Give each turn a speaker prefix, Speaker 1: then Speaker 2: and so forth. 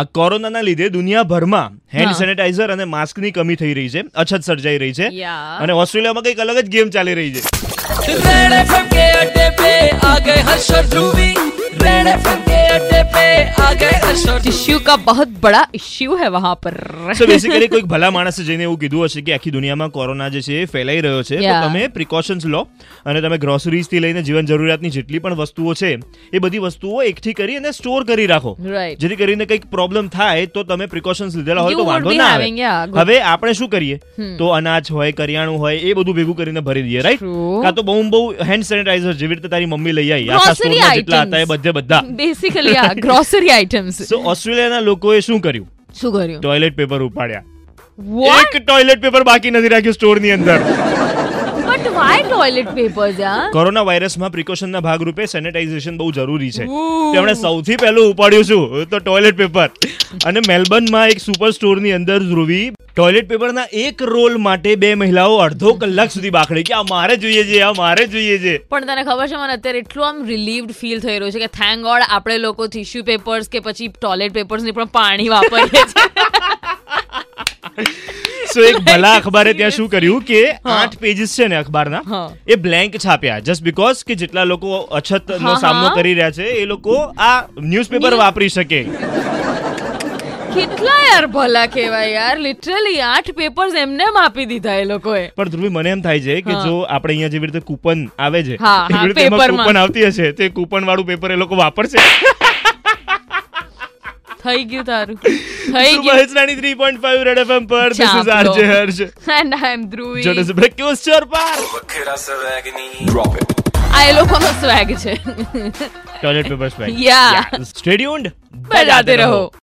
Speaker 1: આ કોરોનાના લીધે દુનિયાભરમાં હેન્ડ
Speaker 2: હા.
Speaker 1: સેનિટાઈઝર અને માસ્કની કમી થઈ રહી છે અછત સર્જાઈ રહી છે
Speaker 2: Yeah.
Speaker 1: અને ઓસ્ટ્રેલિયામાં કંઈક અલગ જ ગેમ ચાલી રહી છે
Speaker 3: रेड एफएम के अड्डे पे आ गए हर्ष और ध्रुवी रेड एफएम के अड्डे पे आ गए हर्ष और ध्रुवी।
Speaker 2: टिश्यू का बहुत बड़ा इश्यू है वहां पर
Speaker 1: સો બેસિકલી કોઈક ભલા માણસે જઈને એવું કીધું હશે કે આખી દુનિયામાં કોરોના જે છે એ ફેલાઈ રહ્યો છે તો
Speaker 2: Yeah.
Speaker 1: તમે પ્રિકોશન્સ લો અને તમે ગ્રોસરીઝથી લઈને જીવન જરૂરિયાતની જેટલી પણ વસ્તુઓ છે એ બધી વસ્તુઓ એકઠી કરી અને સ્ટોર કરી રાખો
Speaker 2: राइट
Speaker 1: જેથી કરીને કંઈક પ્રોબ્લેમ થાય તો તમે પ્રિકોશન્સ લીધેલા હોય
Speaker 2: You
Speaker 1: તો
Speaker 2: would
Speaker 1: વાંધો
Speaker 2: be
Speaker 1: ના
Speaker 2: having, yeah,
Speaker 1: આવે
Speaker 2: good. Hmm.
Speaker 1: હવે આપણે શું કરીએ તો અનાજ હોય કરિયાણું હોય એ બધું ભેગું કરીને ભરી દઈએ રાઈટ
Speaker 2: True.
Speaker 1: કાં તો બહુ બહુ હેન્ડ સેનિટાઈઝર જેવી રીતે તારી મમ્મી લઈ આવી આખા
Speaker 2: Grocery
Speaker 1: સ્ટોરમાં જેટલા
Speaker 2: items.
Speaker 1: હતા એ બધે બધા
Speaker 2: बेसिकली या ग्रोसरी आइटम्स
Speaker 1: સો ઓસ્ટ્રેલિયાના લોકોએ શું કર્યું
Speaker 2: શું કર્યું
Speaker 1: ટોયલેટ પેપર ઉપાડ્યા
Speaker 2: વોટ
Speaker 1: એક ટોયલેટ પેપર બાકી નથી રાખ્યું સ્ટોરની અંદર
Speaker 2: બટ વાય ટોયલેટ પેપર્સ યાર
Speaker 1: કોરોના વાયરસમાં પ્રિકોશનના ભાગરૂપે સેનિટાઇઝેશન બહુ જરૂરી છે
Speaker 2: Ooh.
Speaker 1: તેમણે સૌથી પહેલું ઉપાડ્યું શું તો ટોયલેટ પેપર અને મેલબર્નમાં એક સુપર સ્ટોરની અંદર ધ્રુવી ટોયલેટ પેપરના એક રોલ માટે બે મહિલાઓ અડધો કલાક સુધી બાખડી કે આ મારે જોઈએ છે આ મારે જોઈએ છે
Speaker 2: પણ તને ખબર છે મને અત્યારે એટલું આમ રિલીવડ ફીલ થઈ રહ્યું છે કે થેન્ક ગોડ આપણે લોકો ટિશ્યુ પેપર્સ કે પછી ટોયલેટ પેપર્સ ની પણ પાણી વાપરીએ છીએ
Speaker 1: સો એક ભલા અખબારે ત્યાં શું કર્યું કે આઠ પેજીસ છે ને અખબારના
Speaker 2: હા.
Speaker 1: એ બ્લેન્ક છાપ્યા જસ્ટ બીકોઝ કે જેટલા લોકો અછતનો
Speaker 2: હા,
Speaker 1: સામનો
Speaker 2: હા.
Speaker 1: કરી રહ્યા છે એ લોકો આ ન્યૂઝપેપર
Speaker 2: News-
Speaker 1: વાપરી શકે
Speaker 2: કેટલા યાર ભલા કહેવાય યાર લિટરલી આઠ પેપર્સ એમને એમ આપી દીધા એ લોકોએ
Speaker 1: પણ ધ્રુવી મને એમ થાય છે કે
Speaker 2: હા.
Speaker 1: જો આપણે અહીંયા જેવી રીતે કૂપન આવે છે
Speaker 2: હા, હા,
Speaker 1: એવી રીતે એમાં
Speaker 2: પેપરમાં.
Speaker 1: કૂપન આવતી હશે તો એ કૂપન વાળું પેપર એ લોકો વાપરશે
Speaker 2: થઈ ગયું તારું થઈ
Speaker 1: ધ્રુવ
Speaker 2: ગયું
Speaker 1: મહેશ રાણી 3.5 રેડ FM પર This is
Speaker 2: ચાપલો.
Speaker 1: RJ Harsh.
Speaker 2: And I am Dhruvi
Speaker 1: જોડે છે બ્રેકફાસ્ટ ચોર પાર
Speaker 2: આ એ લોકોનો સ્વેગ છે
Speaker 1: toilet paper spell
Speaker 2: Yeah.
Speaker 1: Stadium
Speaker 2: બજાતે રહો